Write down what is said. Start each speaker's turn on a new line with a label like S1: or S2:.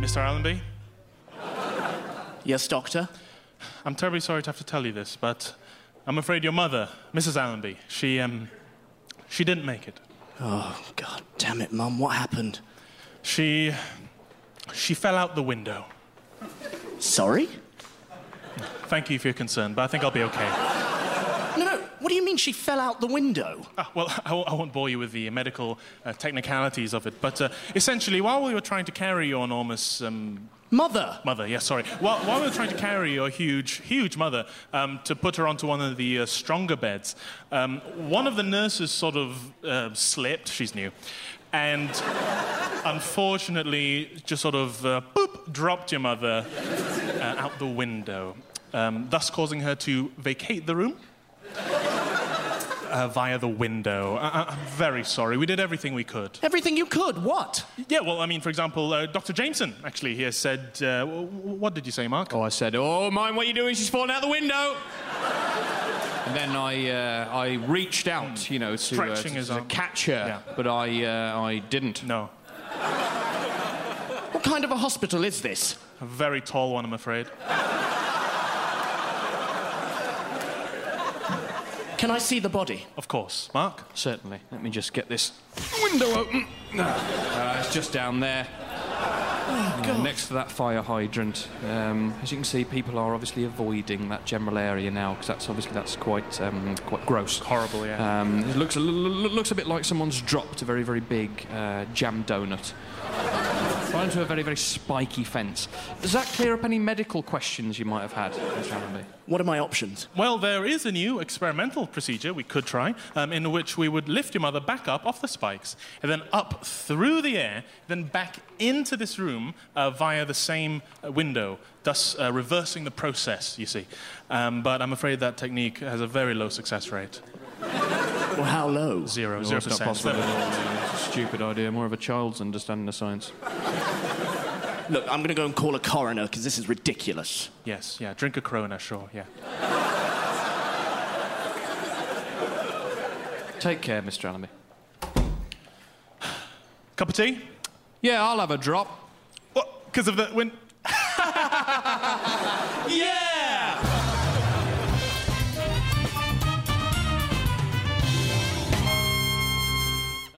S1: Mr. Allenby?
S2: Yes, Doctor?
S1: I'm terribly sorry to have to tell you this, but I'm afraid your mother, Mrs. Allenby, she, um, she didn't make it.
S2: Oh, god damn it, Mum, what happened?
S1: She, she fell out the window.
S2: Sorry?
S1: Thank you for your concern, but I think I'll be okay.
S2: No, no, what do you mean she fell out the window?
S1: Ah, well, I, w- I won't bore you with the medical uh, technicalities of it, but uh, essentially, while we were trying to carry your enormous um,
S2: Mother!
S1: mother, yes, sorry, while, while we were trying to carry your huge, huge mother um, to put her onto one of the uh, stronger beds, um, one of the nurses sort of uh, slipped, she's new, and unfortunately just sort of uh, boop, dropped your mother uh, out the window, um, thus causing her to vacate the room uh, via the window. I- I- I'm very sorry. We did everything we could.
S2: Everything you could, what?
S1: Yeah, well, I mean, for example, uh, Dr. Jameson actually here said, uh, w- w- what did you say, Mark?
S3: Oh, I said, "Oh, mind what you're doing. She's falling out the window." and then I, uh, I reached out, you know, to, uh,
S1: Stretching
S3: to,
S1: his
S3: to
S1: arm.
S3: catch her,
S1: Yeah.
S3: but I, uh, I didn't.
S1: No,
S2: What kind of a hospital is this?
S1: a very tall one, I'm afraid.
S2: Can I see the body?
S1: Of course. Mark?
S3: Certainly. Let me just get this window open. No. Uh, it's just down there. you know, next to that fire hydrant. Um, as you can see, people are obviously avoiding that general area now because that's obviously that's quite um, quite gross.
S1: Horrible, yeah.
S3: Um, it looks a, l- l- looks a bit like someone's dropped a very very big uh, jam donut right into a very very spiky fence. Does that clear up any medical questions you might have had, Mr. Allenby?
S2: What are my options?
S1: well, there is a new experimental procedure we could try um, in which we would lift your mother back up off the spikes and then up through the air, then back into this room uh, via the same uh, window, thus uh, reversing the process, you see. Um, but I'm afraid that technique has a very low success rate.
S2: Or how low?
S1: Zero,
S3: No,
S1: zero
S3: it's not
S1: percent.
S3: possible. It's a stupid idea. More of a child's understanding of science.
S2: Look, I'm gonna go and call a coroner because this is ridiculous.
S1: Yes, yeah, drink a Corona, sure, yeah.
S3: Take care, Mr. Allenby.
S1: Cup of tea?
S3: Yeah, I'll have a drop.
S1: Because of the win.
S3: Yeah!